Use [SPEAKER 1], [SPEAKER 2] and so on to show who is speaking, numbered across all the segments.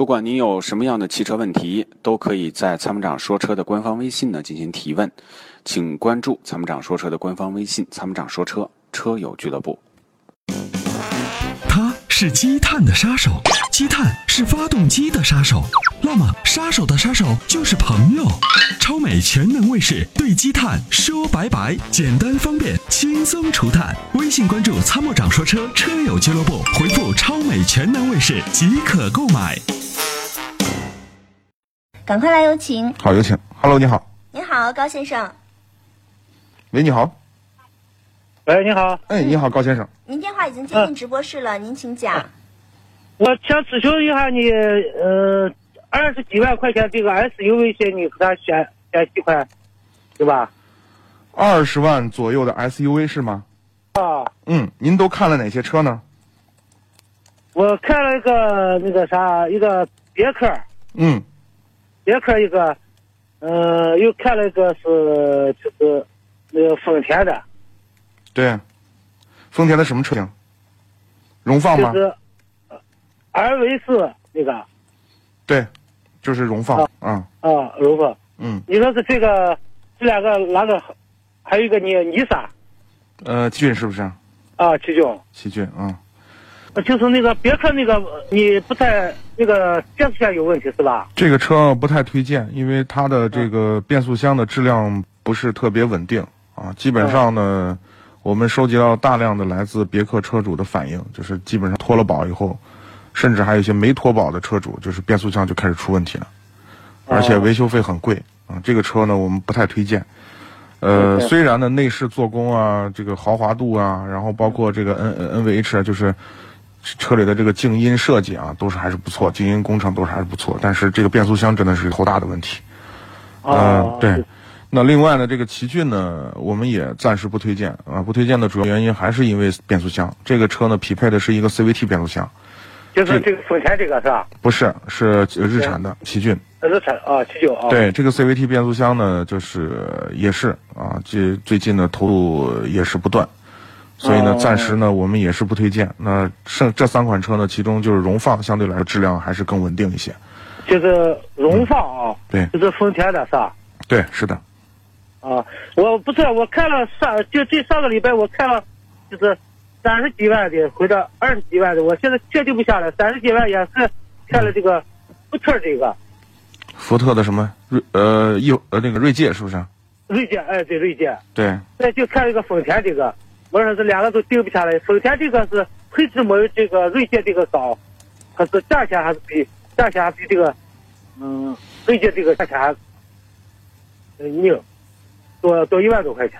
[SPEAKER 1] 不管您有什么样的汽车问题，都可以在参谋长说车的官方微信呢进行提问，请关注参谋长说车的官方微信“参谋长说车车友俱乐部
[SPEAKER 2] 它是积碳的杀手，积碳是发动机的杀手。那么，杀手的杀手就是朋友。超美全能卫士对积碳说拜拜，简单方便，轻松除碳。微信关注“参谋长说车”车友俱乐部，回复“超美全能卫士”即可购买。
[SPEAKER 3] 赶快来有请！
[SPEAKER 4] 好，有请。Hello，你好。
[SPEAKER 3] 你好，高先生，
[SPEAKER 4] 喂，你好。
[SPEAKER 5] 喂，你好，
[SPEAKER 4] 哎，你好，高先生。
[SPEAKER 3] 您电话已经接进直播室了，您请讲。
[SPEAKER 5] 我想咨询一下你，呃，二十几万块钱这个 SUV 线，你给他选选几款，对吧？
[SPEAKER 4] 二十万左右的 SUV 是吗？
[SPEAKER 5] 啊，
[SPEAKER 4] 嗯，您都看了哪些车呢？
[SPEAKER 5] 我看了一个那个啥，一个别克，
[SPEAKER 4] 嗯，
[SPEAKER 5] 别克一个，呃，又看了一个是就是那个丰田的，
[SPEAKER 4] 对。丰田的什么车型？荣放吗
[SPEAKER 5] 就？是 RV 四那个
[SPEAKER 4] 对，就是荣放
[SPEAKER 5] 啊
[SPEAKER 4] 啊。
[SPEAKER 5] 啊，如果
[SPEAKER 4] 嗯，
[SPEAKER 5] 你说是这个这两个哪个，还有一个你尼桑
[SPEAKER 4] 呃，奇骏是不是？
[SPEAKER 5] 啊，七九。
[SPEAKER 4] 奇骏啊。
[SPEAKER 5] 就是那个别克那个，呃你不太那个变速箱有问题是吧？
[SPEAKER 4] 这个车不太推荐，因为它的这个变速箱的质量不是特别稳定啊。基本上呢，我们收集到大量的来自别克车主的反映，就是基本上脱了保以后，甚至还有一些没脱保的车主，就是变速箱就开始出问题了，而
[SPEAKER 5] 哦
[SPEAKER 4] 且维修费很贵啊。这个车呢，我们不太推荐。呃，
[SPEAKER 5] OK
[SPEAKER 4] 虽然呢，内饰做工啊，这个豪华度啊，然后包括这个 N N N V H 啊，就是车里的这个静音设计啊，都是还是不错，静音工程都是还是不错，但是这个变速箱真的是头大的问题。呃
[SPEAKER 5] 啊，
[SPEAKER 4] 嗯对。那另外呢，这个奇骏呢，我们也暂时不推荐啊，不推荐的主要原因还是因为变速箱。这个车呢，匹配的是一个 CVT 变速箱，
[SPEAKER 5] 就是这个丰田这个是吧？
[SPEAKER 4] 不是是呃日产的奇骏。
[SPEAKER 5] 日产啊，七九啊，，
[SPEAKER 4] 对，这个 CVT 变速箱呢，就是呃也是啊，这最近的投入也是不断，所以呢，
[SPEAKER 5] 哦
[SPEAKER 4] 暂时呢，我们也是不推荐。那剩这三款车呢，其中就是荣放相对来说质量还是更稳定一些。
[SPEAKER 5] 就是荣放啊，
[SPEAKER 4] 嗯对
[SPEAKER 5] 就是丰田的是吧？
[SPEAKER 4] 对，是的，
[SPEAKER 5] 啊，我不是，我看了上就这上个礼拜我看了，就是三十几万的，回到二十几万的，我现在确定不下来，三十几万也是看了这个福特这个
[SPEAKER 4] 福特的什么锐呃翼呃那个锐界是不是？
[SPEAKER 5] 锐界，哎，对锐界，
[SPEAKER 4] 对，
[SPEAKER 5] 再就看一个丰田这个，我说这两个都定不下来。丰田这个是配置没有这个锐界这个高，可是价钱还是比价钱还比这个，嗯，锐界这个价钱还，呃，硬，多多一万多块钱。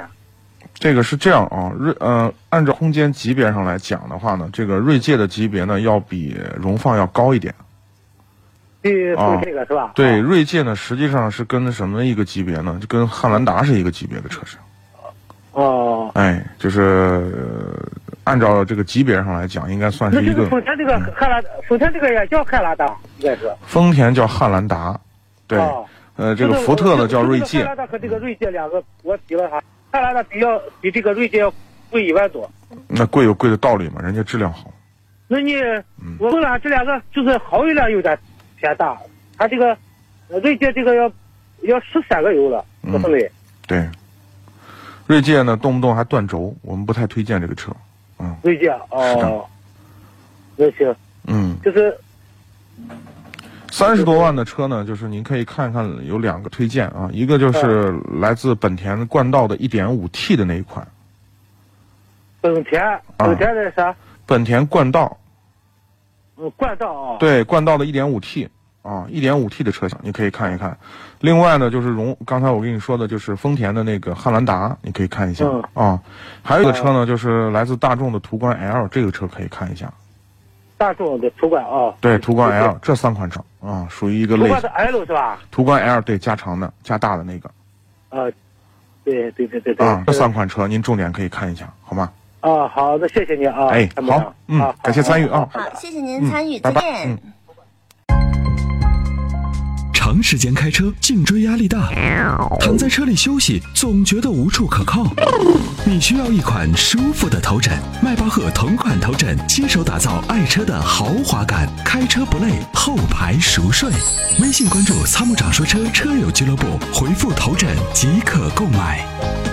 [SPEAKER 4] 这个是这样啊，锐呃，按照空间级别上来讲的话呢，这个锐界的级别呢要比荣放要高一点。
[SPEAKER 5] 对，丰田这个是吧？
[SPEAKER 4] 哦对，
[SPEAKER 5] 啊，
[SPEAKER 4] 锐界呢实际上是跟什么一个级别呢？就跟汉兰达是一个级别的车身。
[SPEAKER 5] 哦，
[SPEAKER 4] 哎，就是、呃按照这个级别上来讲，应该算
[SPEAKER 5] 那
[SPEAKER 4] 是一
[SPEAKER 5] 这
[SPEAKER 4] 个
[SPEAKER 5] 个丰田这个汉兰，丰田这个也叫汉兰达，应该是。
[SPEAKER 4] 丰田叫汉兰达，对，
[SPEAKER 5] 哦
[SPEAKER 4] 呃，这个
[SPEAKER 5] 就是
[SPEAKER 4] 福特
[SPEAKER 5] 我
[SPEAKER 4] 呢叫锐
[SPEAKER 5] 就是
[SPEAKER 4] 界
[SPEAKER 5] 汉，兰达和这个锐界两个，我比了哈，汉兰达比较比这个锐界要贵一万多。
[SPEAKER 4] 那贵有贵的道理嘛，人家质量好。
[SPEAKER 5] 那你，
[SPEAKER 4] 嗯
[SPEAKER 5] 我问了这两个就是耗油量有点偏大，它这个呃锐界这个要要十三个油了，
[SPEAKER 4] 嗯
[SPEAKER 5] 不是嘞？
[SPEAKER 4] 对，锐界呢动不动还断轴，我们不太推荐这个车。
[SPEAKER 5] 锐界
[SPEAKER 4] 是啊
[SPEAKER 5] 哦
[SPEAKER 4] 的，
[SPEAKER 5] 那行，
[SPEAKER 4] 嗯，
[SPEAKER 5] 就是
[SPEAKER 4] 三十多万的车呢，就是您可以看看有两个推荐啊，一个就是
[SPEAKER 5] 嗯
[SPEAKER 4] 来自本田冠道的 1.5T 的那一款，
[SPEAKER 5] 本
[SPEAKER 4] 啊
[SPEAKER 5] 田，本田的啥？
[SPEAKER 4] 本田冠道，
[SPEAKER 5] 嗯，冠道啊，
[SPEAKER 4] 对，冠道的 1.5T 啊，1.5T 的车型你可以看一看。另外呢，就是荣，刚才我跟你说的就是丰田的那个汉兰达，你可以看一下
[SPEAKER 5] 嗯
[SPEAKER 4] 啊。还有一个车呢，就是来自大众的途观 L，这个车可以看一下。
[SPEAKER 5] 大众的途观啊，
[SPEAKER 4] 对，途观
[SPEAKER 5] 就是
[SPEAKER 4] L 这三款车啊，属于一个
[SPEAKER 5] 途
[SPEAKER 4] 类
[SPEAKER 5] 观
[SPEAKER 4] 型
[SPEAKER 5] 的。L 是吧？
[SPEAKER 4] 途观 L 对，加长的、加大的那个
[SPEAKER 5] 啊，对对对对对，
[SPEAKER 4] 啊，这三款车您重点可以看一下，好吗？
[SPEAKER 5] 啊，好，那谢谢你啊，
[SPEAKER 4] 哎
[SPEAKER 5] 参谋长
[SPEAKER 4] 好嗯
[SPEAKER 5] 啊
[SPEAKER 4] 感谢参与啊
[SPEAKER 5] 好好好
[SPEAKER 3] 好，谢谢您
[SPEAKER 4] 嗯
[SPEAKER 3] 参与，
[SPEAKER 4] 拜
[SPEAKER 3] 再
[SPEAKER 4] 拜
[SPEAKER 3] 见。
[SPEAKER 4] 嗯
[SPEAKER 2] 长时间开车，颈椎压力大，躺在车里休息，总觉得无处可靠。你需要一款舒服的头枕，迈巴赫同款头枕，亲手打造爱车的豪华感，开车不累，后排熟睡。微信关注“参谋长说车”车友俱乐部，回复“头枕”即可购买。